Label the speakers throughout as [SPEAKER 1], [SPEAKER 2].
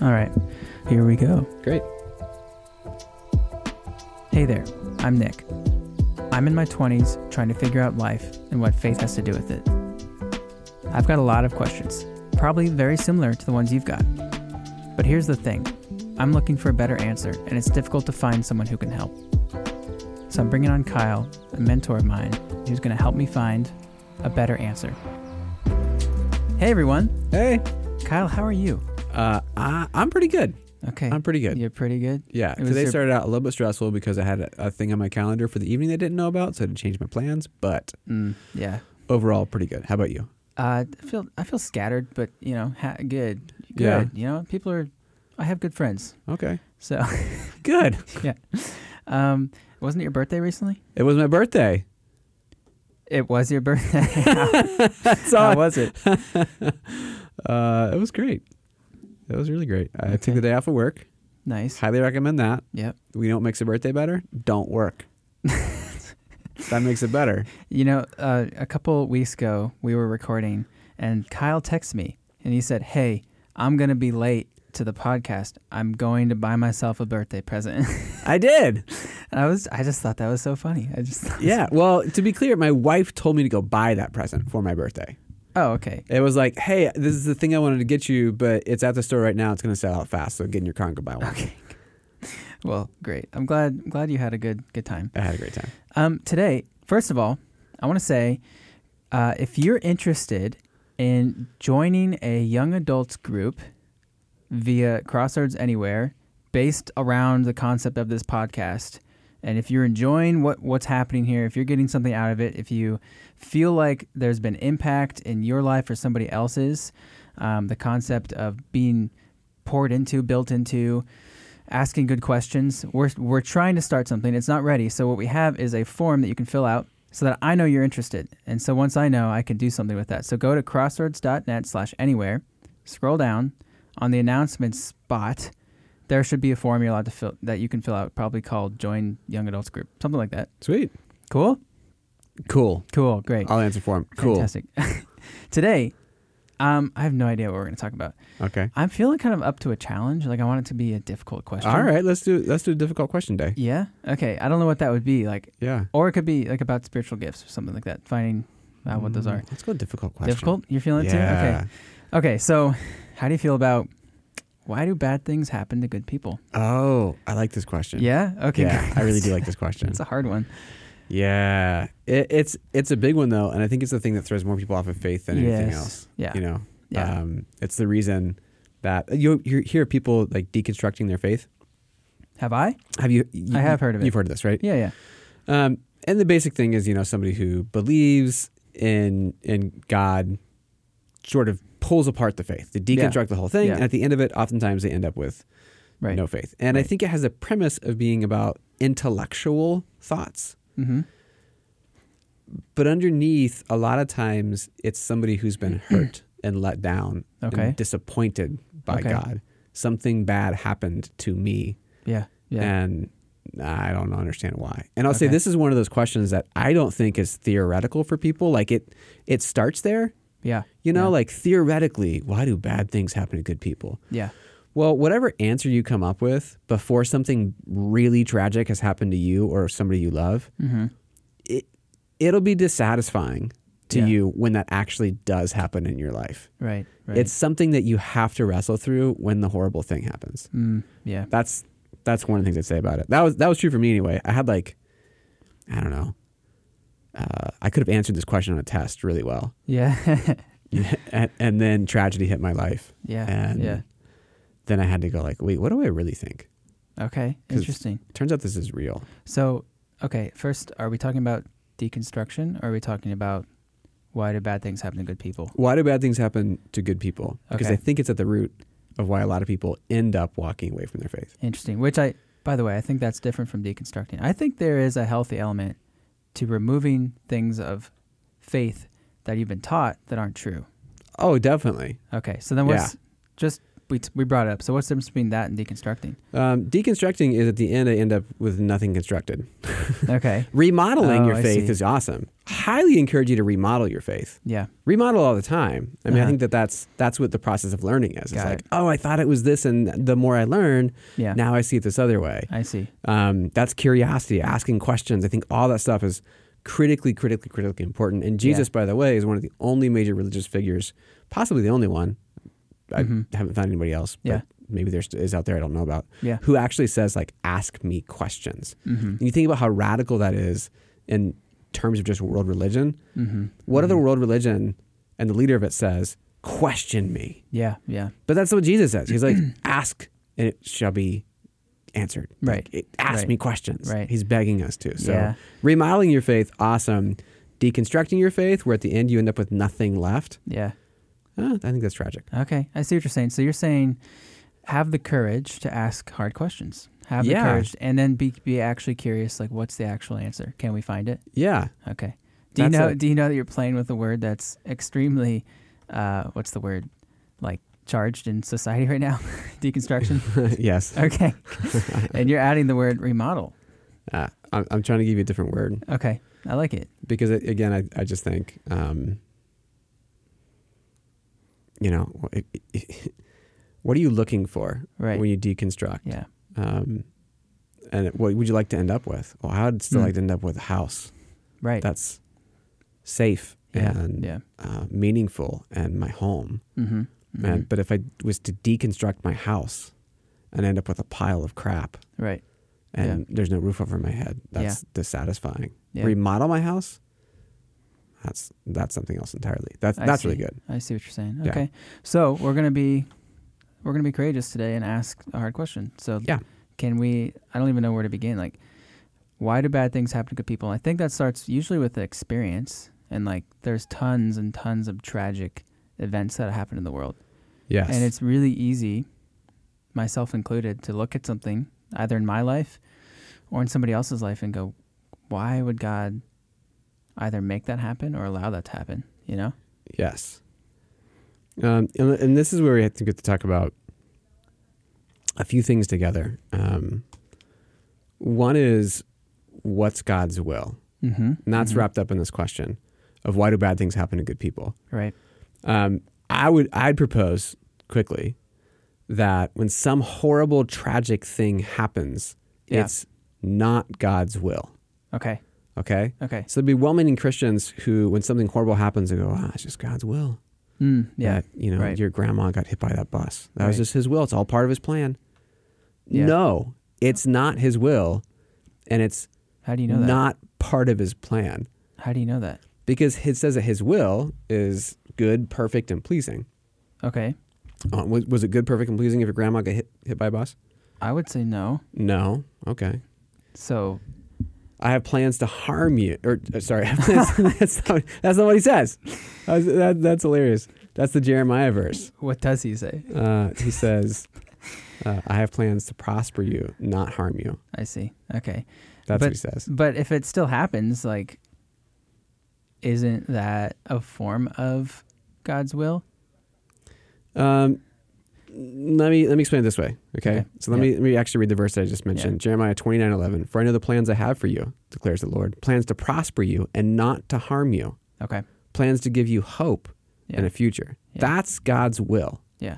[SPEAKER 1] All right, here we go.
[SPEAKER 2] Great.
[SPEAKER 1] Hey there, I'm Nick. I'm in my 20s trying to figure out life and what faith has to do with it. I've got a lot of questions, probably very similar to the ones you've got. But here's the thing I'm looking for a better answer, and it's difficult to find someone who can help. So I'm bringing on Kyle, a mentor of mine, who's going to help me find a better answer. Hey everyone,
[SPEAKER 2] Hey,
[SPEAKER 1] Kyle, how are you?
[SPEAKER 2] uh, I, I'm pretty good.
[SPEAKER 1] Okay.
[SPEAKER 2] I'm pretty good.
[SPEAKER 1] You're pretty good?
[SPEAKER 2] Yeah,
[SPEAKER 1] It was
[SPEAKER 2] today
[SPEAKER 1] your-
[SPEAKER 2] started out a little bit stressful because I had a, a thing on my calendar for the evening that I didn't know about, so I had to change my plans. But
[SPEAKER 1] Mm, yeah.
[SPEAKER 2] overall, pretty good. How about you?
[SPEAKER 1] Uh, I feel I feel scattered, but you know, ha- good, good.
[SPEAKER 2] Yeah.
[SPEAKER 1] You know, people are. I have good friends,
[SPEAKER 2] Okay,
[SPEAKER 1] so
[SPEAKER 2] good.
[SPEAKER 1] um, wasn't it your birthday recently?
[SPEAKER 2] It was my birthday.
[SPEAKER 1] It was your birthday.
[SPEAKER 2] That's all.
[SPEAKER 1] How
[SPEAKER 2] I-
[SPEAKER 1] was it?
[SPEAKER 2] uh, it was great. It was really great. I
[SPEAKER 1] Okay.
[SPEAKER 2] took the day off of work.
[SPEAKER 1] Nice.
[SPEAKER 2] Highly recommend that.
[SPEAKER 1] Yep.
[SPEAKER 2] We know what makes a birthday better? Don't work. that makes it better.
[SPEAKER 1] You know, uh, a couple weeks ago we were recording, and Kyle texted me, and he said, "Hey, I'm gonna be late to the podcast. I'm going to buy myself a birthday present."
[SPEAKER 2] I did.
[SPEAKER 1] and I was, I just thought that was so funny. I just, thought,
[SPEAKER 2] Yeah. Well, to be clear, my wife told me to go buy that present for my birthday.
[SPEAKER 1] oh, okay.
[SPEAKER 2] It was like, hey, this is the thing I wanted to get you, but it's at the store right now. It's going to sell out fast. So get in your car and go buy one.
[SPEAKER 1] Okay. Well, great. I'm glad glad you had a good good time.
[SPEAKER 2] I had a great time.
[SPEAKER 1] Um, today, first of all, I want to say uh, if you're interested in joining a young adults group via Crossroads Anywhere, based around the concept of this podcast, and if you're enjoying what what's happening here, if you're getting something out of it, if you feel like there's been impact in your life or somebody else's, um, the concept of being poured into, built into, asking good questions. We're we're trying to start something. It's not ready. So what we have is a form that you can fill out so that I know you're interested. And so once I know, I can do something with that. So go to crossroads.net slash anywhere, scroll down on the announcements spot. There should be a form you're allowed to fill that you can fill out, probably called Join Young Adults Group, something like that.
[SPEAKER 2] Sweet.
[SPEAKER 1] Cool?
[SPEAKER 2] Cool.
[SPEAKER 1] Cool. Great.
[SPEAKER 2] I'll answer for him. Uh, Cool.
[SPEAKER 1] Fantastic. Today, um, I have no idea what we're going to talk about.
[SPEAKER 2] Okay.
[SPEAKER 1] I'm feeling kind of up to a challenge. Like I want it to be a difficult question.
[SPEAKER 2] All right. Let's do let's do a difficult question day.
[SPEAKER 1] Yeah. Okay. I don't know what that would be like,
[SPEAKER 2] Yeah.
[SPEAKER 1] or it could be like about spiritual gifts or something like that. Finding out what those
[SPEAKER 2] Mm,
[SPEAKER 1] are.
[SPEAKER 2] Let's go difficult question.
[SPEAKER 1] Difficult. You're feeling it
[SPEAKER 2] Yeah.
[SPEAKER 1] too. Okay. Okay. So, how do you feel about why do bad things happen to good people?
[SPEAKER 2] Oh, I like this question.
[SPEAKER 1] Yeah. Okay.
[SPEAKER 2] Yeah, I really do like this question.
[SPEAKER 1] It's a hard one.
[SPEAKER 2] Yeah, it, it's it's a big one though, and I think it's the thing that throws more people off of faith than anything
[SPEAKER 1] Yes.
[SPEAKER 2] else.
[SPEAKER 1] Yeah.
[SPEAKER 2] you know,
[SPEAKER 1] Yeah.
[SPEAKER 2] um, it's the reason that you, you hear people like deconstructing their faith.
[SPEAKER 1] Have I?
[SPEAKER 2] Have you? you
[SPEAKER 1] I have heard of it.
[SPEAKER 2] You've heard of this, right?
[SPEAKER 1] Yeah. Yeah.
[SPEAKER 2] Um, and the basic thing is, you know, somebody who believes in in God sort of pulls apart the faith. They deconstruct the whole thing,
[SPEAKER 1] Yeah.
[SPEAKER 2] and at the end of it, oftentimes they end up with
[SPEAKER 1] Right.
[SPEAKER 2] no faith. And I
[SPEAKER 1] Right.
[SPEAKER 2] think it has a premise of being about intellectual thoughts.
[SPEAKER 1] Mm-hmm.
[SPEAKER 2] but underneath a lot of times it's somebody who's been hurt and let down
[SPEAKER 1] Okay.
[SPEAKER 2] and disappointed by
[SPEAKER 1] Okay.
[SPEAKER 2] god something bad happened to me
[SPEAKER 1] Yeah. Yeah.
[SPEAKER 2] and i don't understand why and i'll say
[SPEAKER 1] Okay.
[SPEAKER 2] this is one of those questions that i don't think is theoretical for people like it it starts there
[SPEAKER 1] yeah.
[SPEAKER 2] you know
[SPEAKER 1] Yeah.
[SPEAKER 2] like theoretically why do bad things happen to good people
[SPEAKER 1] Yeah.
[SPEAKER 2] well, whatever answer you come up with before something really tragic has happened to you or somebody you love,
[SPEAKER 1] Mm-hmm.
[SPEAKER 2] it it'll be dissatisfying to
[SPEAKER 1] Yeah.
[SPEAKER 2] you when that actually does happen in your life.
[SPEAKER 1] Right. Right.
[SPEAKER 2] It's something that you have to wrestle through when the horrible thing happens.
[SPEAKER 1] Mm, yeah.
[SPEAKER 2] That's that's one of the things I'd say about it. That was that was true for me anyway. I had like I don't know. Uh, I could have answered this question on a test really well,
[SPEAKER 1] Yeah.
[SPEAKER 2] and, and then tragedy hit my life.
[SPEAKER 1] yeah.
[SPEAKER 2] And
[SPEAKER 1] yeah.
[SPEAKER 2] then I had to go like, wait, what do I really think?
[SPEAKER 1] Okay.
[SPEAKER 2] 'Cause-
[SPEAKER 1] Interesting.
[SPEAKER 2] Turns out this is real.
[SPEAKER 1] So, okay, first, are we talking about deconstruction or are we talking about why do bad things happen to good people?
[SPEAKER 2] Why do bad things happen to good people? Because
[SPEAKER 1] Okay.
[SPEAKER 2] I think it's at the root of why a lot of people end up walking away from their faith.
[SPEAKER 1] Interesting. Which I, by the way, I think that's different from deconstructing. I think there is a healthy element to removing things of faith that you've been taught that aren't true.
[SPEAKER 2] Oh, definitely.
[SPEAKER 1] Okay, so then what's just we, we brought it up. So what's the difference between that and deconstructing?
[SPEAKER 2] Um, deconstructing is at the end, I end up with nothing constructed.
[SPEAKER 1] Okay.
[SPEAKER 2] Remodeling
[SPEAKER 1] Oh,
[SPEAKER 2] your
[SPEAKER 1] I
[SPEAKER 2] faith
[SPEAKER 1] see.
[SPEAKER 2] is awesome. Highly encourage you to remodel your faith.
[SPEAKER 1] yeah.
[SPEAKER 2] Remodel all the time. I mean, I
[SPEAKER 1] Uh-huh.
[SPEAKER 2] think that that's that's what the process of learning is. It's
[SPEAKER 1] Got
[SPEAKER 2] like,
[SPEAKER 1] it.
[SPEAKER 2] oh, I thought it was this, and the more I learn,
[SPEAKER 1] Yeah.
[SPEAKER 2] now I see it this other way.
[SPEAKER 1] I see.
[SPEAKER 2] Um, that's curiosity, asking questions. I think all that stuff is critically, critically, critically important. And Jesus, by the way, is one of the only major religious figures, possibly the only one. I haven't found anybody else. But
[SPEAKER 1] Mm-hmm. Yeah.
[SPEAKER 2] Maybe there is out there I don't know about.
[SPEAKER 1] Yeah. mm-hmm,
[SPEAKER 2] Who actually says like, "Ask me questions." And you think about how radical that is in terms of just world religion.
[SPEAKER 1] mm-hmm,
[SPEAKER 2] What other world religion and the leader of it says, "Question me,"
[SPEAKER 1] Yeah. Yeah.
[SPEAKER 2] but that's what Jesus says. He's like, "Ask and it shall be answered."
[SPEAKER 1] Right.
[SPEAKER 2] Like, it- ask
[SPEAKER 1] Right.
[SPEAKER 2] me questions.
[SPEAKER 1] Right.
[SPEAKER 2] He's begging us to. So
[SPEAKER 1] Yeah.
[SPEAKER 2] remodeling your faith, awesome. Deconstructing your faith, where at the end you end up with nothing left.
[SPEAKER 1] Yeah.
[SPEAKER 2] Uh, I think that's tragic.
[SPEAKER 1] Okay. I see what you're saying. So you're saying have the courage to ask hard questions. Have
[SPEAKER 2] Yeah.
[SPEAKER 1] the courage and then be be actually curious like what's the actual answer? Can we find it?
[SPEAKER 2] Yeah.
[SPEAKER 1] Okay. Do you
[SPEAKER 2] That's
[SPEAKER 1] know
[SPEAKER 2] it.
[SPEAKER 1] do you know that you're playing with a word that's extremely uh what's the word? Like charged in society right now? Deconstruction.
[SPEAKER 2] yes.
[SPEAKER 1] Okay. and you're adding the word remodel.
[SPEAKER 2] Uh, I'm, I'm trying to give you a different word
[SPEAKER 1] Okay. I like it.
[SPEAKER 2] because, it, again, I, I just think, um, you know, it, it- what are you looking for
[SPEAKER 1] Right.
[SPEAKER 2] when you deconstruct?
[SPEAKER 1] Yeah.
[SPEAKER 2] Um, and what would you like to end up with? Well, I'd still
[SPEAKER 1] Mm.
[SPEAKER 2] like to end up with a house.
[SPEAKER 1] Right.
[SPEAKER 2] that's safe
[SPEAKER 1] yeah.
[SPEAKER 2] and
[SPEAKER 1] yeah.
[SPEAKER 2] Uh, meaningful and my home.
[SPEAKER 1] Mm-hmm.
[SPEAKER 2] And, but if I was to deconstruct my house and end up with a pile of crap
[SPEAKER 1] Right.
[SPEAKER 2] and there's no roof over my head, that's dissatisfying.
[SPEAKER 1] Yeah.
[SPEAKER 2] Remodel my house, that's that's something else entirely. That's
[SPEAKER 1] I
[SPEAKER 2] that's
[SPEAKER 1] see.
[SPEAKER 2] really good.
[SPEAKER 1] I see what you're saying.
[SPEAKER 2] Yeah.
[SPEAKER 1] Okay. So we're gonna be we're gonna be courageous today and ask a hard question. So
[SPEAKER 2] Yeah.
[SPEAKER 1] can we I don't even know where to begin. Like why do bad things happen to good people? I think that starts usually with the experience and like there's tons and tons of tragic events that happen in the world.
[SPEAKER 2] Yes.
[SPEAKER 1] And it's really easy, myself included, to look at something either in my life or in somebody else's life and go, why would God either make that happen or allow that to happen? You know?
[SPEAKER 2] Yes. Um, and, and this is where we have to get to talk about a few things together. Um, one is what's God's will?
[SPEAKER 1] Mm-hmm.
[SPEAKER 2] And that's wrapped up in this question of why do bad things happen to good people?
[SPEAKER 1] Right.
[SPEAKER 2] Um, I would I'd propose quickly that when some horrible tragic thing happens,
[SPEAKER 1] Yeah.
[SPEAKER 2] it's not God's will.
[SPEAKER 1] Okay.
[SPEAKER 2] Okay?
[SPEAKER 1] Okay.
[SPEAKER 2] So there'd be well-meaning Christians who, when something horrible happens, they go, "Ah, it's just God's will."
[SPEAKER 1] Mm, yeah.
[SPEAKER 2] that you know
[SPEAKER 1] Right.
[SPEAKER 2] your grandma got hit by that bus. That was
[SPEAKER 1] Right.
[SPEAKER 2] just his will. It's all part of his plan.
[SPEAKER 1] Yeah.
[SPEAKER 2] No, it's not his will, and it's
[SPEAKER 1] How do you know that?
[SPEAKER 2] not part of his plan
[SPEAKER 1] How do you know that?
[SPEAKER 2] because it says that his will is good, perfect, and pleasing.
[SPEAKER 1] Okay.
[SPEAKER 2] Uh, was, was it good, perfect, and pleasing if your grandma got hit hit by a bus?
[SPEAKER 1] I would say no.
[SPEAKER 2] No. Okay.
[SPEAKER 1] So
[SPEAKER 2] I have plans to harm you. Or uh, sorry, I have plans- that's, not, that's not what he says. That was- that- that's hilarious. That's the Jeremiah verse.
[SPEAKER 1] what does he say?
[SPEAKER 2] uh, he says, uh, I have plans to prosper you, not harm you.
[SPEAKER 1] I see. Okay. But-
[SPEAKER 2] That's what he says.
[SPEAKER 1] But if it still happens, like, isn't that a form of God's will?
[SPEAKER 2] Um, let me let me explain it this way. Okay.
[SPEAKER 1] Okay.
[SPEAKER 2] So let me let me actually read the verse that I just mentioned. Jeremiah twenty nine eleven. For I know the plans I have for you, declares the Lord. Plans to prosper you and not to harm you.
[SPEAKER 1] Okay.
[SPEAKER 2] Plans to give you hope
[SPEAKER 1] Yeah.
[SPEAKER 2] and a future.
[SPEAKER 1] Yeah.
[SPEAKER 2] That's God's will.
[SPEAKER 1] yeah.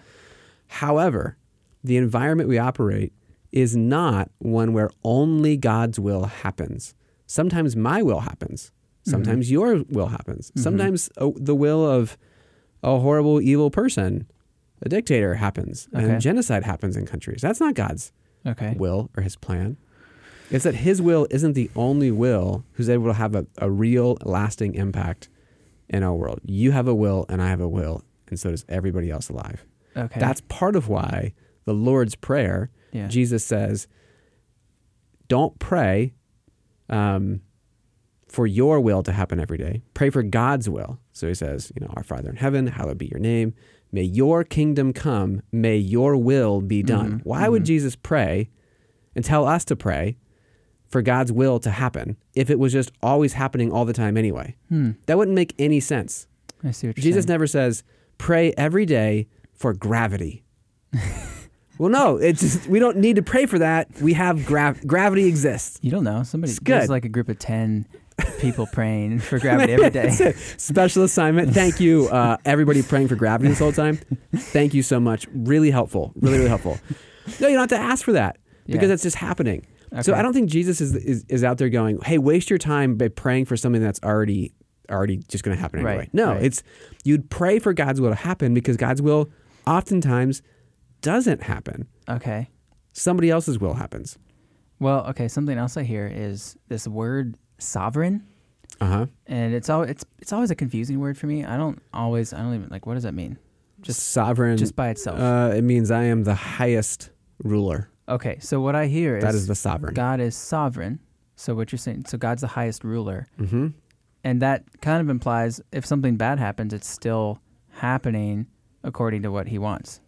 [SPEAKER 2] However, the environment we operate is not one where only God's will happens. Sometimes my will happens. Sometimes your will happens. Sometimes uh, the will of a horrible, evil person, a dictator, happens.
[SPEAKER 1] Okay.
[SPEAKER 2] And genocide happens in countries. That's not God's
[SPEAKER 1] Okay.
[SPEAKER 2] will or his plan. It's that his will isn't the only will who's able to have a, a real, lasting impact in our world. You have a will, and I have a will, and so does everybody else alive.
[SPEAKER 1] Okay.
[SPEAKER 2] That's part of why the Lord's Prayer,
[SPEAKER 1] Yeah.
[SPEAKER 2] Jesus says, don't pray um, for your will to happen every day. Pray for God's will. So he says, you know, our Father in heaven, hallowed be your name. May your kingdom come. May your will be done. Why would Jesus pray and tell us to pray for God's will to happen if it was just always happening all the time anyway? That wouldn't make any sense.
[SPEAKER 1] Hmm. I see what you're
[SPEAKER 2] Jesus
[SPEAKER 1] saying.
[SPEAKER 2] never says, pray every day for gravity well, no, it's just, we don't need to pray for that. We have gra- gravity exists.
[SPEAKER 1] You don't know. Somebody
[SPEAKER 2] It's
[SPEAKER 1] there's
[SPEAKER 2] good.
[SPEAKER 1] like a group of ten people praying for gravity every day.
[SPEAKER 2] That's it. Special assignment. Thank you, uh, everybody praying for gravity this whole time. Thank you so much. Really helpful. Really, really helpful. No, you don't have to ask for that because
[SPEAKER 1] Yeah.
[SPEAKER 2] that's just happening.
[SPEAKER 1] Okay.
[SPEAKER 2] So I don't think Jesus is, is is out there going, "Hey, waste your time by praying for something that's already already just going to happen anyway."
[SPEAKER 1] Right,
[SPEAKER 2] no,
[SPEAKER 1] right.
[SPEAKER 2] it's you'd pray for God's will to happen because God's will oftentimes doesn't happen.
[SPEAKER 1] Okay.
[SPEAKER 2] Somebody else's will happens.
[SPEAKER 1] Well, okay. Something else I hear is this word sovereign,
[SPEAKER 2] Uh huh.
[SPEAKER 1] and it's all it's it's always a confusing word for me. I don't always I don't even like what does that mean?
[SPEAKER 2] Just sovereign.
[SPEAKER 1] Just by itself.
[SPEAKER 2] Uh, it means I am the highest ruler.
[SPEAKER 1] okay. So what I hear is
[SPEAKER 2] That is the sovereign.
[SPEAKER 1] God is sovereign. So what you're saying? So God's the highest ruler,
[SPEAKER 2] Mm-hmm.
[SPEAKER 1] and that kind of implies if something bad happens, it's still happening according to what He wants.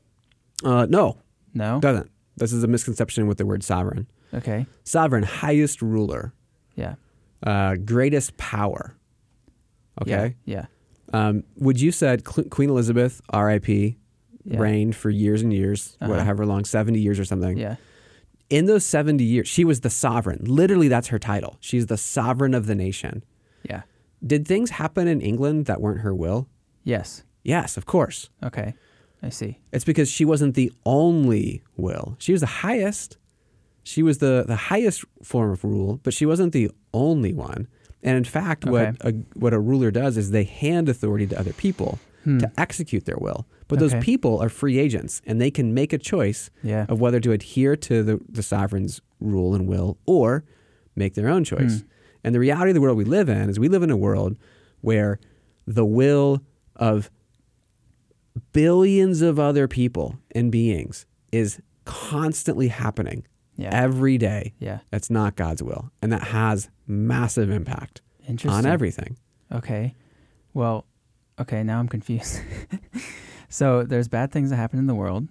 [SPEAKER 2] Uh, no,
[SPEAKER 1] No.
[SPEAKER 2] doesn't. This is a misconception with the word sovereign.
[SPEAKER 1] Okay.
[SPEAKER 2] Sovereign, highest ruler,
[SPEAKER 1] Yeah.
[SPEAKER 2] uh, greatest power.
[SPEAKER 1] Yeah.
[SPEAKER 2] Okay.
[SPEAKER 1] Yeah.
[SPEAKER 2] Um, would you said Cl- Queen Elizabeth, R.I.P.,
[SPEAKER 1] Yeah.
[SPEAKER 2] reigned for years and years,
[SPEAKER 1] Uh-huh.
[SPEAKER 2] whatever long, seventy years or something.
[SPEAKER 1] Yeah.
[SPEAKER 2] In those seventy years, she was the sovereign. Literally, that's her title. She's the sovereign of the nation.
[SPEAKER 1] Yeah.
[SPEAKER 2] Did things happen in England that weren't her will?
[SPEAKER 1] Yes.
[SPEAKER 2] Yes, of course.
[SPEAKER 1] Okay. I see.
[SPEAKER 2] It's because she wasn't the only will. She was the highest. She was the, the highest form of rule, but she wasn't the only one. And in fact, what a, what a ruler does is they hand authority to other people to execute their will. But those
[SPEAKER 1] Hmm. Okay.
[SPEAKER 2] people are free agents, and they can make a choice
[SPEAKER 1] Yeah.
[SPEAKER 2] of whether to adhere to the, the sovereign's rule and will or make their own choice.
[SPEAKER 1] Hmm.
[SPEAKER 2] And the reality of the world we live in is we live in a world where the will of billions of other people and beings is constantly happening
[SPEAKER 1] Yeah.
[SPEAKER 2] every day.
[SPEAKER 1] Yeah.
[SPEAKER 2] That's not God's will. And that has massive impact on
[SPEAKER 1] Interesting.
[SPEAKER 2] everything.
[SPEAKER 1] Okay. Well, okay, now I'm confused. so there's bad things that happen in the world.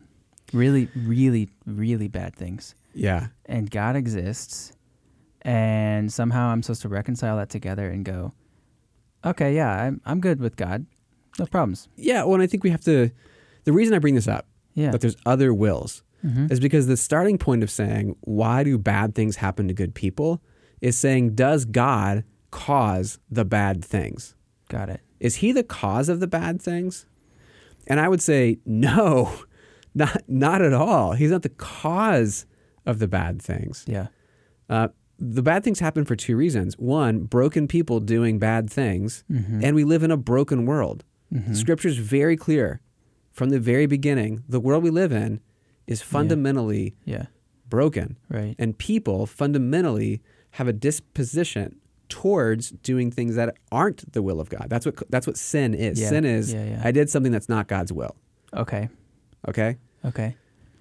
[SPEAKER 1] Really, really, really bad things.
[SPEAKER 2] Yeah.
[SPEAKER 1] And God exists. And somehow I'm supposed to reconcile that together and go, okay, yeah, I'm, I'm good with God. No problems.
[SPEAKER 2] Yeah. Well, and I think we have to. The reason I bring this up,
[SPEAKER 1] Yeah.
[SPEAKER 2] that there's other wills,
[SPEAKER 1] Mhm.
[SPEAKER 2] is because the starting point of saying, why do bad things happen to good people, is saying, does God cause the bad things?
[SPEAKER 1] Got it.
[SPEAKER 2] Is he the cause of the bad things? And I would say, no, not, not at all. He's not the cause of the bad things.
[SPEAKER 1] Yeah.
[SPEAKER 2] Uh, the bad things happen for two reasons. One, broken people doing bad things, and we live in a broken world. Scripture's very clear from the very beginning. The world we live in is fundamentally
[SPEAKER 1] Yeah.
[SPEAKER 2] broken,
[SPEAKER 1] Right.
[SPEAKER 2] and people fundamentally have a disposition towards doing things that aren't the will of God. That's what that's what sin is.
[SPEAKER 1] Yeah.
[SPEAKER 2] Sin is
[SPEAKER 1] Yeah, yeah.
[SPEAKER 2] I did something that's not God's will.
[SPEAKER 1] Okay.
[SPEAKER 2] Okay?
[SPEAKER 1] Okay.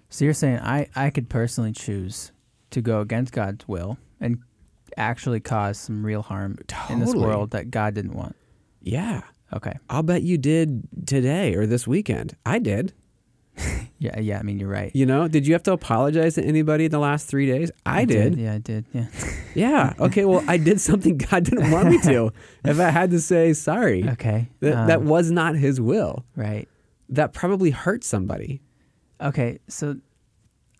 [SPEAKER 1] So you're saying I, I could personally choose to go against God's will and actually cause some real harm in this
[SPEAKER 2] Totally.
[SPEAKER 1] world that God didn't want.
[SPEAKER 2] Yeah.
[SPEAKER 1] Okay.
[SPEAKER 2] I'll bet you did today or this weekend. I did.
[SPEAKER 1] Yeah, yeah, I mean you're right.
[SPEAKER 2] You know, did you have to apologize to anybody in the last three days? I, did.
[SPEAKER 1] Yeah, I did. Yeah.
[SPEAKER 2] Yeah. Okay. Well, I did something God didn't want me to. If I had to say sorry,
[SPEAKER 1] okay.
[SPEAKER 2] that,
[SPEAKER 1] um,
[SPEAKER 2] that was not His will.
[SPEAKER 1] right.
[SPEAKER 2] That probably hurt somebody.
[SPEAKER 1] Okay. So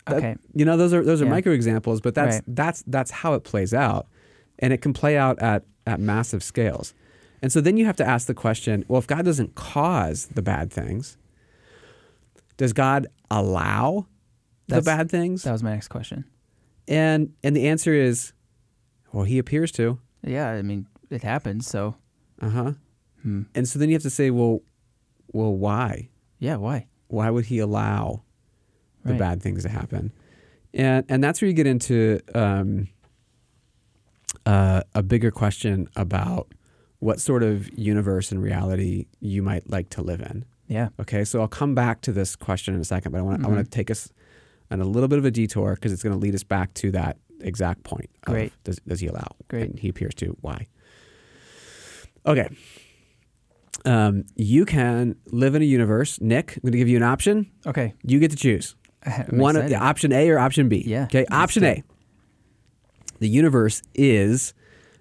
[SPEAKER 2] That-
[SPEAKER 1] okay.
[SPEAKER 2] You know, those are those are
[SPEAKER 1] Yeah.
[SPEAKER 2] micro examples, but that's
[SPEAKER 1] Right.
[SPEAKER 2] that's that's how it plays out, and it can play out at at massive scales. And so then you have to ask the question: Well, if God doesn't cause the bad things, does God allow
[SPEAKER 1] That's-
[SPEAKER 2] the bad things?
[SPEAKER 1] That was my next question.
[SPEAKER 2] And and the answer is, well, He appears to.
[SPEAKER 1] Yeah, I mean it happened, so
[SPEAKER 2] Uh huh.
[SPEAKER 1] Hmm.
[SPEAKER 2] And so then you have to say, well, well, why?
[SPEAKER 1] yeah, why?
[SPEAKER 2] Why would he allow the
[SPEAKER 1] Right.
[SPEAKER 2] bad things to happen? And and that's where you get into um, uh, a bigger question about what sort of universe and reality you might like to live in.
[SPEAKER 1] Yeah.
[SPEAKER 2] Okay, so I'll come back to this question in a second, but I want I
[SPEAKER 1] Mm-hmm.
[SPEAKER 2] want to take us on a little bit of a detour because it's going to lead us back to that exact point. of
[SPEAKER 1] Great.
[SPEAKER 2] does, does he allow?
[SPEAKER 1] Great.
[SPEAKER 2] And he appears to. Why? Okay. Um, you can live in a universe. Nick, I'm going to give you an option.
[SPEAKER 1] Okay.
[SPEAKER 2] You get to choose
[SPEAKER 1] I'm
[SPEAKER 2] one of
[SPEAKER 1] excited.
[SPEAKER 2] yeah, option A or option B.
[SPEAKER 1] Yeah,
[SPEAKER 2] Okay.
[SPEAKER 1] let's
[SPEAKER 2] Option
[SPEAKER 1] do
[SPEAKER 2] A.
[SPEAKER 1] it.
[SPEAKER 2] The universe is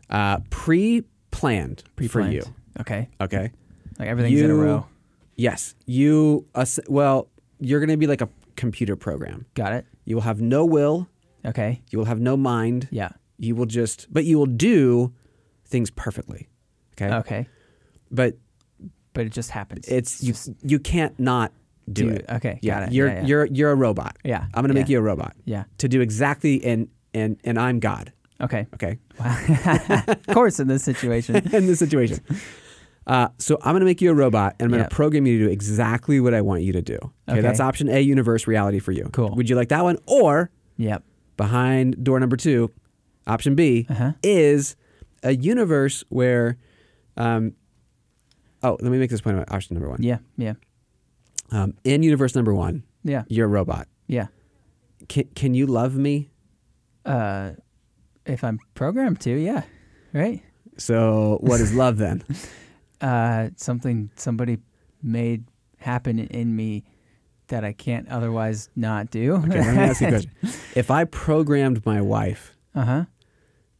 [SPEAKER 2] uh, pre-planned, for
[SPEAKER 1] Pre-planned.
[SPEAKER 2] you.
[SPEAKER 1] Okay.
[SPEAKER 2] Okay.
[SPEAKER 1] Like everything's in a
[SPEAKER 2] You-
[SPEAKER 1] row.
[SPEAKER 2] Yes, you. ass- well, you're going to be like a computer program.
[SPEAKER 1] Got it.
[SPEAKER 2] You will have no will,
[SPEAKER 1] Okay.
[SPEAKER 2] you will have no mind.
[SPEAKER 1] Yeah.
[SPEAKER 2] You will just but you will do things perfectly. Okay?
[SPEAKER 1] Okay.
[SPEAKER 2] But
[SPEAKER 1] But it just happens.
[SPEAKER 2] it's you
[SPEAKER 1] just
[SPEAKER 2] you can't not
[SPEAKER 1] do-
[SPEAKER 2] do, it.
[SPEAKER 1] okay,
[SPEAKER 2] Yeah.
[SPEAKER 1] got it.
[SPEAKER 2] You're
[SPEAKER 1] Yeah, yeah.
[SPEAKER 2] you're you're a robot.
[SPEAKER 1] Yeah,
[SPEAKER 2] I'm going to make
[SPEAKER 1] yeah.
[SPEAKER 2] you a robot
[SPEAKER 1] yeah.
[SPEAKER 2] to do exactly and and and I'm God.
[SPEAKER 1] Okay.
[SPEAKER 2] Okay?
[SPEAKER 1] Wow. of course, in this situation.
[SPEAKER 2] in this situation. Uh, so I'm going to make you a robot, and I'm going
[SPEAKER 1] Yep.
[SPEAKER 2] to program you to do exactly what I want you to do. Okay,
[SPEAKER 1] Okay.
[SPEAKER 2] that's option A, universe reality for you.
[SPEAKER 1] Cool.
[SPEAKER 2] Would you like that one? Or
[SPEAKER 1] Yep.
[SPEAKER 2] behind door number two, option B
[SPEAKER 1] Uh-huh.
[SPEAKER 2] is a universe where, um, oh, let me make this point about option number one.
[SPEAKER 1] Yeah. Yeah.
[SPEAKER 2] Um, in universe number one,
[SPEAKER 1] Yeah.
[SPEAKER 2] you're a robot.
[SPEAKER 1] Yeah.
[SPEAKER 2] Can can you love me?
[SPEAKER 1] Uh, if I'm programmed to, yeah. Right.
[SPEAKER 2] So what is love then?
[SPEAKER 1] Uh, something somebody made happen in me that I can't otherwise not do.
[SPEAKER 2] Okay, let me ask you a question. If I programmed my wife
[SPEAKER 1] Uh huh.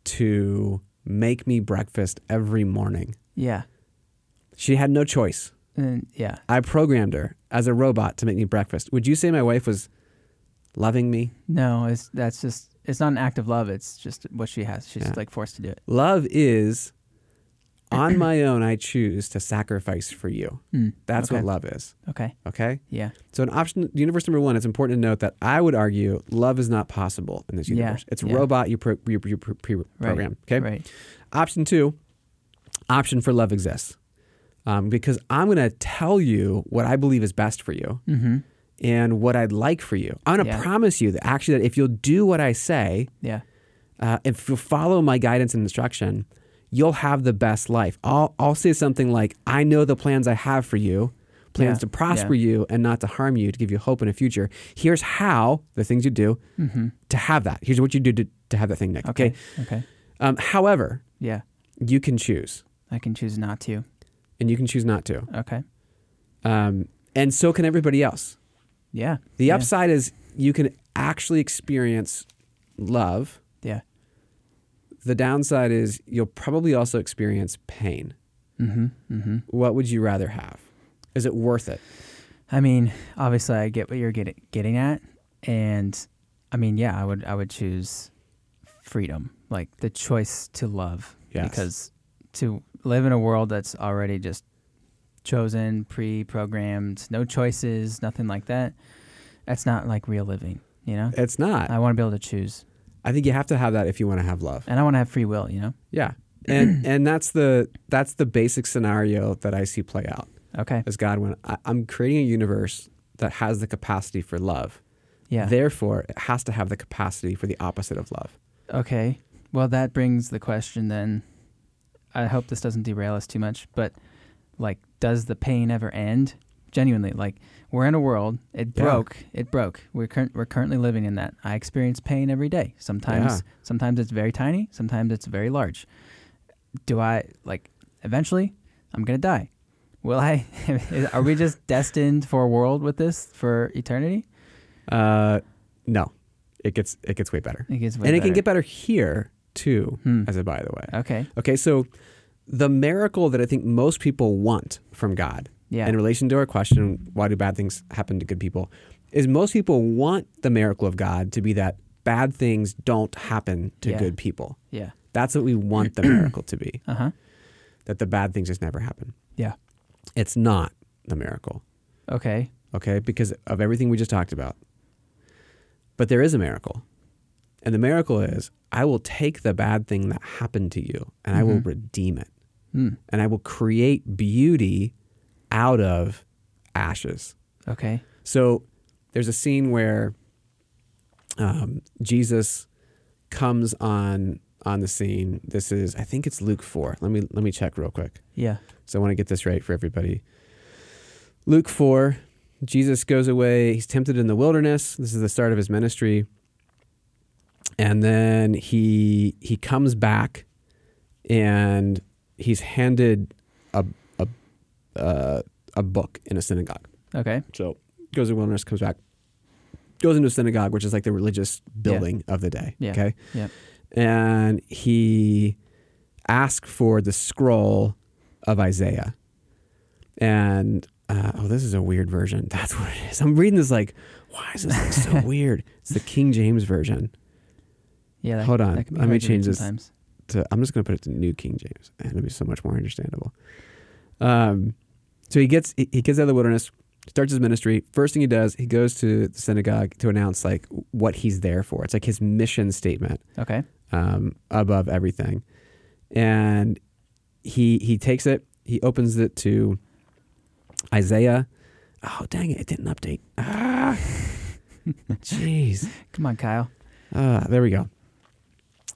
[SPEAKER 2] to make me breakfast every morning.
[SPEAKER 1] Yeah.
[SPEAKER 2] She had no choice.
[SPEAKER 1] And yeah.
[SPEAKER 2] I programmed her as a robot to make me breakfast. Would you say my wife was loving me?
[SPEAKER 1] No, it's that's just it's not an act of love. It's just what she has. She's
[SPEAKER 2] Yeah.
[SPEAKER 1] like forced to do it.
[SPEAKER 2] Love is on my own, I choose to sacrifice for you.
[SPEAKER 1] Mm,
[SPEAKER 2] That's
[SPEAKER 1] okay.
[SPEAKER 2] what love is.
[SPEAKER 1] Okay.
[SPEAKER 2] Okay?
[SPEAKER 1] Yeah.
[SPEAKER 2] So, in option, universe number one, it's important to note that I would argue love is not possible in this
[SPEAKER 1] Yeah,
[SPEAKER 2] universe. It's
[SPEAKER 1] yeah.
[SPEAKER 2] robot you, pro- you, you pre- pre- program. Okay?
[SPEAKER 1] Right.
[SPEAKER 2] Option two, option for love exists. Um, because I'm going to tell you what I believe is best for you
[SPEAKER 1] Mm-hmm.
[SPEAKER 2] and what I'd like for you. I'm going to
[SPEAKER 1] Yeah.
[SPEAKER 2] promise you that actually, that if you'll do what I say,
[SPEAKER 1] Yeah.
[SPEAKER 2] uh, if you follow my guidance and instruction, you'll have the best life. I'll, I'll say something like, I know the plans I have for you, plans
[SPEAKER 1] Yeah.
[SPEAKER 2] to prosper
[SPEAKER 1] Yeah.
[SPEAKER 2] you and not to harm you, to give you hope in a future. Here's how the things you do to have that. Here's what you do to, to have that thing, Nick. Okay.
[SPEAKER 1] Mm-hmm. Okay. Okay.
[SPEAKER 2] Um, however,
[SPEAKER 1] Yeah.
[SPEAKER 2] you can choose
[SPEAKER 1] I can choose not to.
[SPEAKER 2] and you can choose not to.
[SPEAKER 1] Okay.
[SPEAKER 2] Um, and so can everybody else.
[SPEAKER 1] Yeah.
[SPEAKER 2] The
[SPEAKER 1] yeah.
[SPEAKER 2] upside is you can actually experience love.
[SPEAKER 1] Yeah.
[SPEAKER 2] The downside is you'll probably also experience pain.
[SPEAKER 1] Mm-hmm. Mm-hmm.
[SPEAKER 2] What would you rather have? Is it worth it?
[SPEAKER 1] I mean, obviously, I get what you're getting getting at, and I mean, yeah, I would I would choose freedom, like the choice to love,
[SPEAKER 2] Yes.
[SPEAKER 1] because to live in a world that's already just chosen, pre-programmed, no choices, nothing like that. That's not like real living, you know.
[SPEAKER 2] It's not.
[SPEAKER 1] I want to be able to choose,
[SPEAKER 2] I think you have to have that if you want to have love.
[SPEAKER 1] and I want to have free will, you know.
[SPEAKER 2] Yeah. And and that's the that's the basic scenario that I see play out
[SPEAKER 1] Okay,
[SPEAKER 2] as God when I, I'm creating a universe that has the capacity for love.
[SPEAKER 1] yeah.
[SPEAKER 2] Therefore, it has to have the capacity for the opposite of love.
[SPEAKER 1] Okay. Well, that brings the question then. I hope this doesn't derail us too much, but like, does the pain ever end? Genuinely, like, we're in a world. It
[SPEAKER 2] Yeah.
[SPEAKER 1] broke. It broke. We're current. We're currently living in that. I experience pain every day. Sometimes,
[SPEAKER 2] Yeah.
[SPEAKER 1] sometimes it's very tiny. Sometimes it's very large. Do I like? Eventually, I'm gonna die. Will I? are we just destined for a world with this for eternity?
[SPEAKER 2] Uh, no, it gets it gets way better,
[SPEAKER 1] It gets way
[SPEAKER 2] and it can
[SPEAKER 1] better.
[SPEAKER 2] get better here too.
[SPEAKER 1] Hmm.
[SPEAKER 2] As a by the way,
[SPEAKER 1] Okay.
[SPEAKER 2] okay, so the miracle that I think most people want from God,
[SPEAKER 1] Yeah.
[SPEAKER 2] in relation to our question, why do bad things happen to good people, is most people want the miracle of God to be that bad things don't happen to
[SPEAKER 1] Yeah.
[SPEAKER 2] good people.
[SPEAKER 1] Yeah.
[SPEAKER 2] That's what we want the miracle to be,
[SPEAKER 1] Uh huh.
[SPEAKER 2] that the bad things just never happen.
[SPEAKER 1] Yeah.
[SPEAKER 2] It's not the miracle.
[SPEAKER 1] Okay.
[SPEAKER 2] okay, because of everything we just talked about. But there is a miracle. And the miracle is I will take the bad thing that happened to you and I
[SPEAKER 1] Mm-hmm.
[SPEAKER 2] will redeem it.
[SPEAKER 1] Hmm.
[SPEAKER 2] And I will create beauty out of ashes.
[SPEAKER 1] Okay.
[SPEAKER 2] So there's a scene where um, Jesus comes on on the scene. This is I think it's Luke 4. Let me let me check real quick.
[SPEAKER 1] Yeah.
[SPEAKER 2] So I want to get this right for everybody. Luke 4, Jesus goes away. He's tempted in the wilderness. This is the start of his ministry. And then he he comes back and he's handed a a uh, a book in a synagogue.
[SPEAKER 1] Okay.
[SPEAKER 2] So goes to the wilderness, comes back, goes into a synagogue, which is like the religious building of the day.
[SPEAKER 1] Yeah.
[SPEAKER 2] Okay
[SPEAKER 1] Yeah.
[SPEAKER 2] and he asked for the scroll of Isaiah. And uh, oh, this is a weird version. That's what it is. I'm reading this like, why is this like, so weird? It's the King James version.
[SPEAKER 1] Yeah. That,
[SPEAKER 2] Hold on.
[SPEAKER 1] that can be
[SPEAKER 2] Let me
[SPEAKER 1] hard to read
[SPEAKER 2] change this.
[SPEAKER 1] Sometimes.
[SPEAKER 2] To, I'm just going to put it to New King James, and it'll be so much more understandable. Um, so he gets he, he gets out of the wilderness, starts his ministry. First thing he does, he goes to the synagogue to announce like what he's there for. It's like his mission statement
[SPEAKER 1] Okay.
[SPEAKER 2] um, above everything. And he he takes it, he opens it to Isaiah. Oh dang it! It didn't update. Ah, jeez.
[SPEAKER 1] Come on, Kyle.
[SPEAKER 2] Ah, there we go.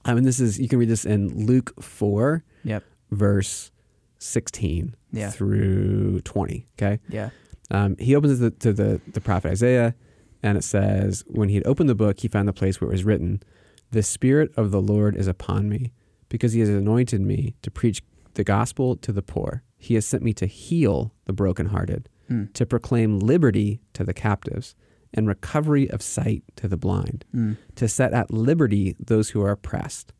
[SPEAKER 2] I mean, this is you can read this in Luke four,
[SPEAKER 1] Yep.
[SPEAKER 2] verse sixteen
[SPEAKER 1] Yeah.
[SPEAKER 2] through twenty. Okay,
[SPEAKER 1] Yeah.
[SPEAKER 2] um, he opens it to the the prophet Isaiah, and it says, "When he had opened the book, he found the place where it was written, the Spirit of the Lord is upon me, because He has anointed me to preach the gospel to the poor. He has sent me to heal the brokenhearted."
[SPEAKER 1] Mm.
[SPEAKER 2] To proclaim liberty to the captives and recovery of sight to the blind,
[SPEAKER 1] Mm.
[SPEAKER 2] to set at liberty those who are oppressed,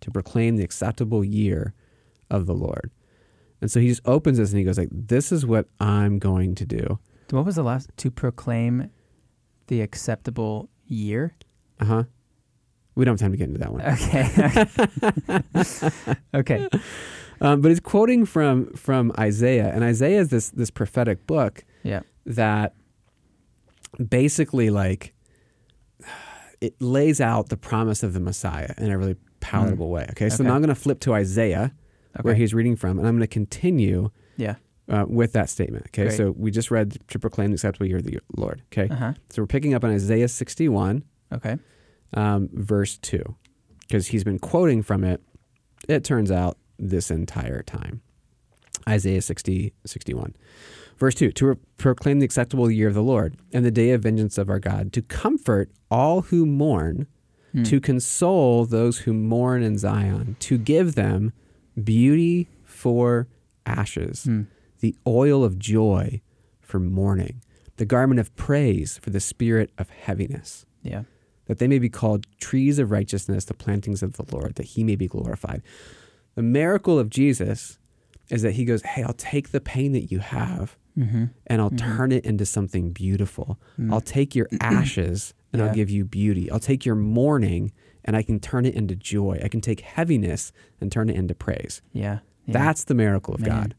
[SPEAKER 2] to proclaim the acceptable year of the Lord. And so he just opens this and he goes like, "This is what I'm going to do."
[SPEAKER 1] So What was the last to proclaim the acceptable year?
[SPEAKER 2] Uh huh. We don't have time to get into that one,
[SPEAKER 1] Okay. okay.
[SPEAKER 2] um, but he's quoting from from Isaiah, and Isaiah is this this prophetic book
[SPEAKER 1] Yeah.
[SPEAKER 2] that basically like it lays out the promise of the Messiah in a really palatable way. Okay, so
[SPEAKER 1] Mm. Okay.
[SPEAKER 2] now I'm going to flip to Isaiah, where
[SPEAKER 1] Okay.
[SPEAKER 2] he's reading from, and I'm going to continue
[SPEAKER 1] Yeah.
[SPEAKER 2] uh, with that statement. Okay,
[SPEAKER 1] Great.
[SPEAKER 2] so we just read to proclaim the acceptable year of the Lord. Okay,
[SPEAKER 1] Uh huh.
[SPEAKER 2] so we're picking up on Isaiah 61,
[SPEAKER 1] Okay.
[SPEAKER 2] um, verse 2, because he's been quoting from it, it turns out, this entire time. Isaiah 60, 61. Verse 2 To re- proclaim the acceptable year of the Lord and the day of vengeance of our God, to comfort all who mourn,
[SPEAKER 1] Hmm.
[SPEAKER 2] to console those who mourn in Zion, to give them beauty for ashes,
[SPEAKER 1] Hmm.
[SPEAKER 2] the oil of joy for mourning, the garment of praise for the spirit of heaviness
[SPEAKER 1] Yeah.
[SPEAKER 2] that they may be called trees of righteousness, the plantings of the Lord, that he may be glorified. The miracle of Jesus is that he goes, Hey, I'll take the pain that you have
[SPEAKER 1] Mm-hmm. Hmm. Mm-hmm.
[SPEAKER 2] and I'll turn it into something beautiful. I'll take your ashes and
[SPEAKER 1] Yeah.
[SPEAKER 2] I'll give you beauty. I'll take your mourning and I can turn it into joy. I can take heaviness and turn it into praise.
[SPEAKER 1] Yeah. yeah.
[SPEAKER 2] That's the miracle of
[SPEAKER 1] Man.
[SPEAKER 2] God.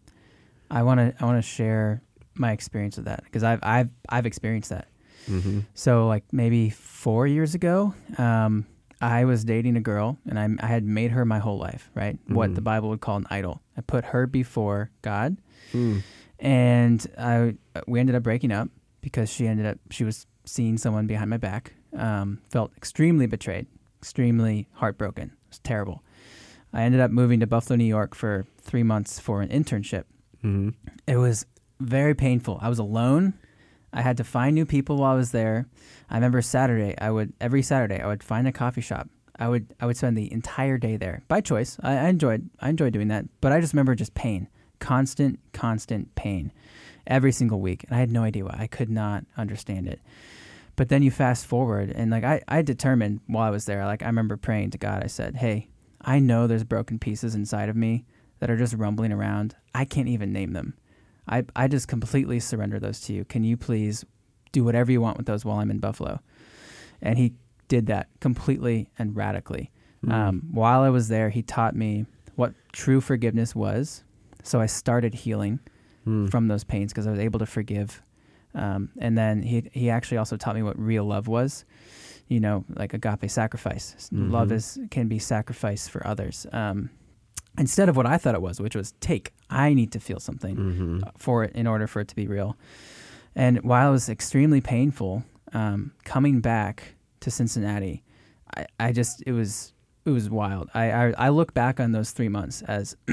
[SPEAKER 1] I want to I want to share my experience with that because I've I've I've experienced that.
[SPEAKER 2] Mm-hmm.
[SPEAKER 1] So like maybe four years ago, um, I was dating a girl and I, I had made her my whole life, right? What
[SPEAKER 2] Mhm.
[SPEAKER 1] the Bible would call an idol. I put her before God,
[SPEAKER 2] Mm.
[SPEAKER 1] and I we ended up breaking up because she ended up she was seeing someone behind my back. Um, felt extremely betrayed, extremely heartbroken. It was terrible. I ended up moving to Buffalo, New York for three months for an internship
[SPEAKER 2] hmm
[SPEAKER 1] it was very painful. I was alone. I had to find new people while I was there. I remember Saturday, I would every Saturday I would find a coffee shop. I would I would spend the entire day there by choice. I, I enjoyed I enjoyed doing that, but I just remember just pain, constant, constant pain, every single week, and I had no idea why. I could not understand it. But then you fast forward, and like I, I determined while I was there, like I remember praying to God. I said, "Hey, I know there's broken pieces inside of me that are just rumbling around. I can't even name them. I, I just completely surrender those to you. Can you please do whatever you want with those while I'm in Buffalo?" And he did that completely and radically.
[SPEAKER 2] Mm-hmm. Hmm.
[SPEAKER 1] Um, while I was there, he taught me what true forgiveness was. So I started healing
[SPEAKER 2] Hmm. Mm-hmm.
[SPEAKER 1] from those pains because I was able to forgive. Um, and then he he actually also taught me what real love was, you know, like agape sacrifice. S- Love
[SPEAKER 2] Mhm.
[SPEAKER 1] is can be sacrifice for others um, instead of what I thought it was, which was take. I need to feel something
[SPEAKER 2] hmm
[SPEAKER 1] for it in order for it to be real. And while it was extremely painful, um, coming back to Cincinnati, I, I just it was it was wild. I, I I look back on those three months as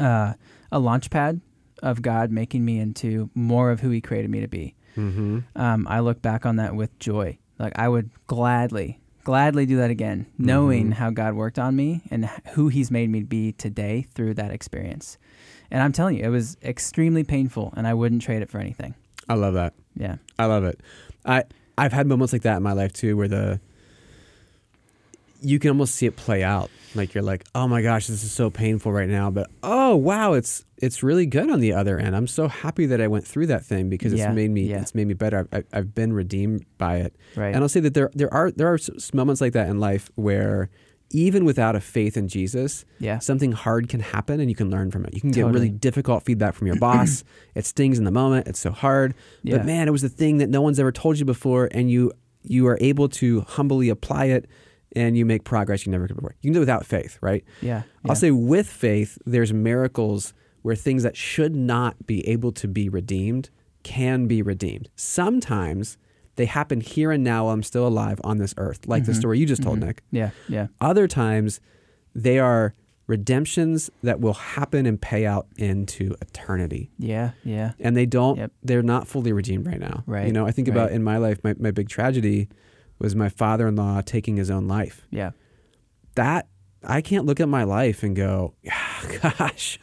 [SPEAKER 1] uh, a launch pad of God making me into more of who He created me to be.
[SPEAKER 2] hmm
[SPEAKER 1] Um, I look back on that with joy. Like I would gladly gladly do that again, knowing
[SPEAKER 2] Mhm.
[SPEAKER 1] how God worked on me and h- who He's made me be today through that experience. And I'm telling you, it was extremely painful, and I wouldn't trade it for anything.
[SPEAKER 2] I love that.
[SPEAKER 1] Yeah.
[SPEAKER 2] I love it. I I've had moments like that in my life too, where the you can almost see it play out. Like you're like, oh my gosh, this is so painful right now, but oh wow, it's it's really good on the other end. I'm so happy that I went through that thing because
[SPEAKER 1] Yeah,
[SPEAKER 2] it's made me
[SPEAKER 1] yeah.
[SPEAKER 2] it's made me better. I've, I've- I've been redeemed by it,
[SPEAKER 1] Right.
[SPEAKER 2] and I'll say that there there are there are s- moments like that in life where even without a faith in Jesus,
[SPEAKER 1] Yeah.
[SPEAKER 2] something hard can happen and you can learn from it. You can get
[SPEAKER 1] Totally.
[SPEAKER 2] really difficult feedback from your boss. it stings in the moment. It's so hard.
[SPEAKER 1] Yeah.
[SPEAKER 2] But man, it was the thing that no one's ever told you before and you you are able to humbly apply it and you make progress you never could before. You can do it without faith, right?
[SPEAKER 1] Yeah. yeah.
[SPEAKER 2] I'll say with faith, there's miracles where things that should not be able to be redeemed can be redeemed. Sometimes they happen here and now while I'm still alive on this earth, like
[SPEAKER 1] Mm-hmm.
[SPEAKER 2] the story you just told, Nick.
[SPEAKER 1] Yeah. Yeah.
[SPEAKER 2] Other times, they are redemptions that will happen and pay out into eternity.
[SPEAKER 1] Yeah. Yeah.
[SPEAKER 2] And they don't,
[SPEAKER 1] Yep.
[SPEAKER 2] they're not fully redeemed right now.
[SPEAKER 1] Right,
[SPEAKER 2] You know, I think about
[SPEAKER 1] right.
[SPEAKER 2] in my life, my, my big tragedy was my father in law taking his own life
[SPEAKER 1] Yeah.
[SPEAKER 2] that I can't look at my life and go, "Ah, gosh,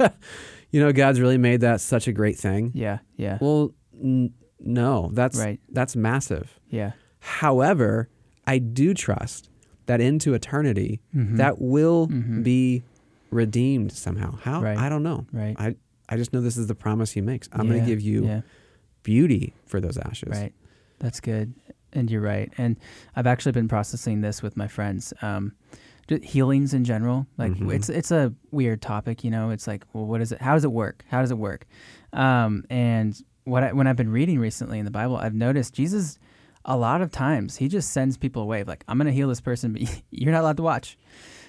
[SPEAKER 2] you know, God's really made that such a great thing.
[SPEAKER 1] Yeah. Yeah.
[SPEAKER 2] Well, n- no, that's
[SPEAKER 1] Right.
[SPEAKER 2] that's massive.
[SPEAKER 1] Yeah.
[SPEAKER 2] However, I do trust that into eternity
[SPEAKER 1] Mm-hmm.
[SPEAKER 2] that will be redeemed somehow. How?
[SPEAKER 1] Right.
[SPEAKER 2] I don't know.
[SPEAKER 1] Right.
[SPEAKER 2] I I just know this is the promise He makes. I'm going
[SPEAKER 1] Yeah,
[SPEAKER 2] to give you
[SPEAKER 1] Yeah.
[SPEAKER 2] beauty for those ashes.
[SPEAKER 1] Right. That's good. And you're right. And I've actually been processing this with my friends. Um, ju- healings in general, like
[SPEAKER 2] Mhm.
[SPEAKER 1] it's it's a weird topic, you know. It's like, well, what is it? How does it work? How does it work? Um, and what I, when I've been reading recently in the Bible, I've noticed Jesus, a lot of times, he just sends people away. Like, I'm going to heal this person, but you're not allowed to watch.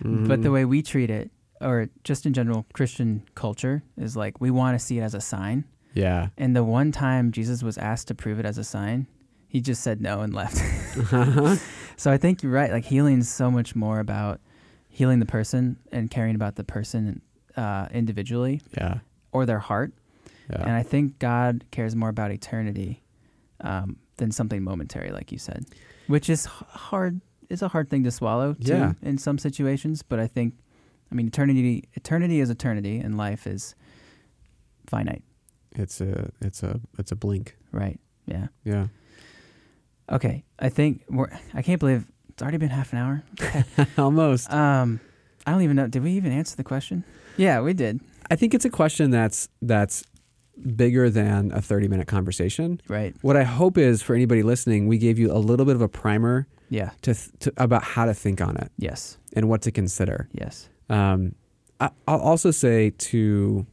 [SPEAKER 2] Mm-hmm.
[SPEAKER 1] But the way we treat it, or just in general Christian culture, is like we want to see it as a sign.
[SPEAKER 2] Yeah.
[SPEAKER 1] And the one time Jesus was asked to prove it as a sign, he just said no and left. so I think you're right. Like healing is so much more about healing the person and caring about the person uh, individually
[SPEAKER 2] Yeah.
[SPEAKER 1] or their heart.
[SPEAKER 2] Yeah.
[SPEAKER 1] And I think God cares more about eternity um, than something momentary, like you said, which is h- hard. It's a hard thing to swallow, too,
[SPEAKER 2] Yeah.
[SPEAKER 1] in some situations. But I think, I mean, eternity, eternity is eternity, and life is finite,
[SPEAKER 2] it's a it's a it's a blink.
[SPEAKER 1] right? Yeah.
[SPEAKER 2] Yeah.
[SPEAKER 1] Okay, I think we're. I can't believe it's already been half an hour.
[SPEAKER 2] Almost.
[SPEAKER 1] Um, I don't even know. Did we even answer the question? Yeah, we did.
[SPEAKER 2] I think it's a question that's that's bigger than a 30 minute conversation.
[SPEAKER 1] Right.
[SPEAKER 2] What I hope is for anybody listening, we gave you a little bit of a primer
[SPEAKER 1] Yeah.
[SPEAKER 2] to, th- to about how to think on it
[SPEAKER 1] Yes.
[SPEAKER 2] and what to consider.
[SPEAKER 1] Yes.
[SPEAKER 2] Um, I, I'll also say to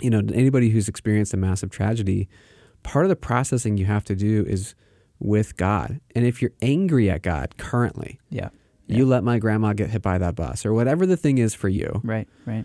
[SPEAKER 2] you know to anybody who's experienced a massive tragedy, part of the processing you have to do is with God. And if you're angry at God currently,
[SPEAKER 1] Yeah.
[SPEAKER 2] you let my grandma get hit by that bus or whatever the thing is for you,
[SPEAKER 1] Right. Right.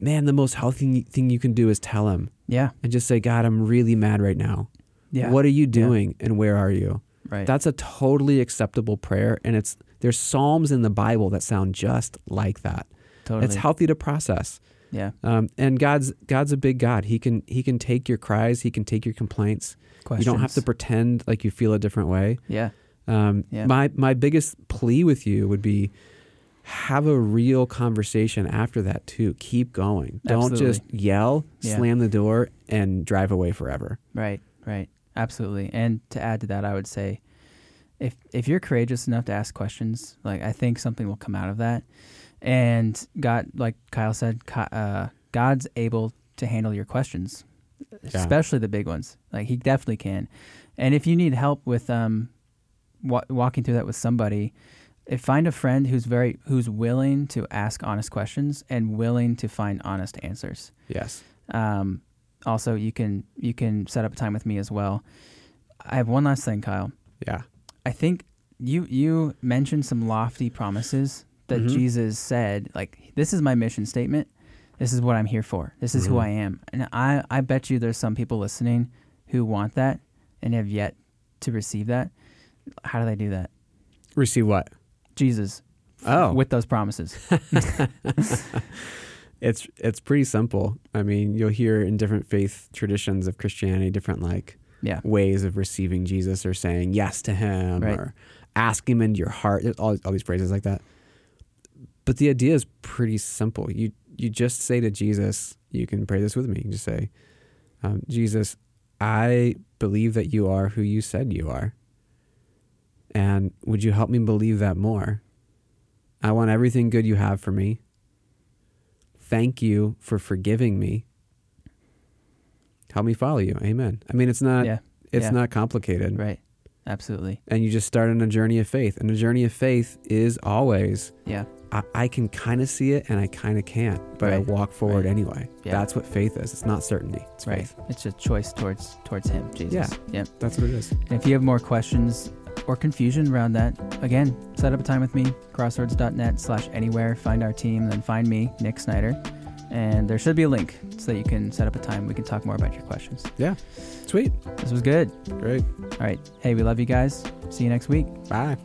[SPEAKER 2] man, the most healthy thing you can do is tell him.
[SPEAKER 1] Yeah.
[SPEAKER 2] and just say, God, I'm really mad right now.
[SPEAKER 1] Yeah.
[SPEAKER 2] What are you doing and where are you?
[SPEAKER 1] Right.
[SPEAKER 2] That's a totally acceptable prayer. And it's there's Psalms in the Bible that sound just like that.
[SPEAKER 1] totally.
[SPEAKER 2] It's healthy to process.
[SPEAKER 1] yeah.
[SPEAKER 2] Um, and God's God's a big God. He can he can take your cries, he can take your complaints.
[SPEAKER 1] Questions.
[SPEAKER 2] You don't have to pretend like you feel a different way.
[SPEAKER 1] Yeah.
[SPEAKER 2] Um,
[SPEAKER 1] Yeah.
[SPEAKER 2] My my biggest plea with you would be have a real conversation after that too. Keep going. Don't
[SPEAKER 1] Absolutely.
[SPEAKER 2] just yell,
[SPEAKER 1] Yeah.
[SPEAKER 2] slam the door, and drive away forever.
[SPEAKER 1] Right. Right. Absolutely. And to add to that, I would say, if if you're courageous enough to ask questions, like I think something will come out of that. And God, like Kyle said, Ki- uh, God's able to handle your questions, especially the big ones. Like he definitely can. And if you need help with um, wa- walking through that with somebody, if find a friend who's very who's willing to ask honest questions and willing to find honest answers.
[SPEAKER 2] Yes.
[SPEAKER 1] Um, also, you can you can set up a time with me as well. I have one last thing, Kyle.
[SPEAKER 2] Yeah.
[SPEAKER 1] I think you you mentioned some lofty promises that
[SPEAKER 2] Mhm.
[SPEAKER 1] Jesus said. Like, this is my mission statement. This is what I'm here for. This is who
[SPEAKER 2] Mhm.
[SPEAKER 1] I am. And I I bet you there's some people listening who want that and have yet to receive that. How do they do that?
[SPEAKER 2] Receive what?
[SPEAKER 1] Jesus.
[SPEAKER 2] Oh.
[SPEAKER 1] with those promises.
[SPEAKER 2] It's it's pretty simple. I mean, you'll hear in different faith traditions of Christianity different like
[SPEAKER 1] Yeah.
[SPEAKER 2] ways of receiving Jesus or saying yes to him
[SPEAKER 1] Right.
[SPEAKER 2] or ask him into your heart. There's all all these phrases like that. But the idea is pretty simple. You you just say to Jesus, you can pray this with me. You can just say, um, Jesus, I believe that you are who you said you are. And would you help me believe that more? I want everything good you have for me. Thank you for forgiving me. Help me follow you. Amen. I mean, it's not
[SPEAKER 1] yeah.
[SPEAKER 2] it's
[SPEAKER 1] yeah.
[SPEAKER 2] not complicated.
[SPEAKER 1] Right. Absolutely.
[SPEAKER 2] And you just start on a journey of faith. And a journey of faith is always
[SPEAKER 1] Yeah.
[SPEAKER 2] I, I can kind of see it and I kind of can't, but I
[SPEAKER 1] Right.
[SPEAKER 2] walk forward
[SPEAKER 1] Right.
[SPEAKER 2] anyway.
[SPEAKER 1] Yeah.
[SPEAKER 2] That's what faith is. It's not certainty. It's
[SPEAKER 1] Right.
[SPEAKER 2] faith.
[SPEAKER 1] It's a choice towards towards him, Jesus. Yeah.
[SPEAKER 2] That's what it is.
[SPEAKER 1] And if you have more questions or confusion around that, again, set up a time with me, crossroads.net slash anywhere, find our team, then find me, Nick Snyder. And there should be a link so that you can set up a time. We can talk more about your questions.
[SPEAKER 2] Sweet.
[SPEAKER 1] This was good.
[SPEAKER 2] Great.
[SPEAKER 1] All right. Hey, we love you guys. See you next week.
[SPEAKER 2] Bye.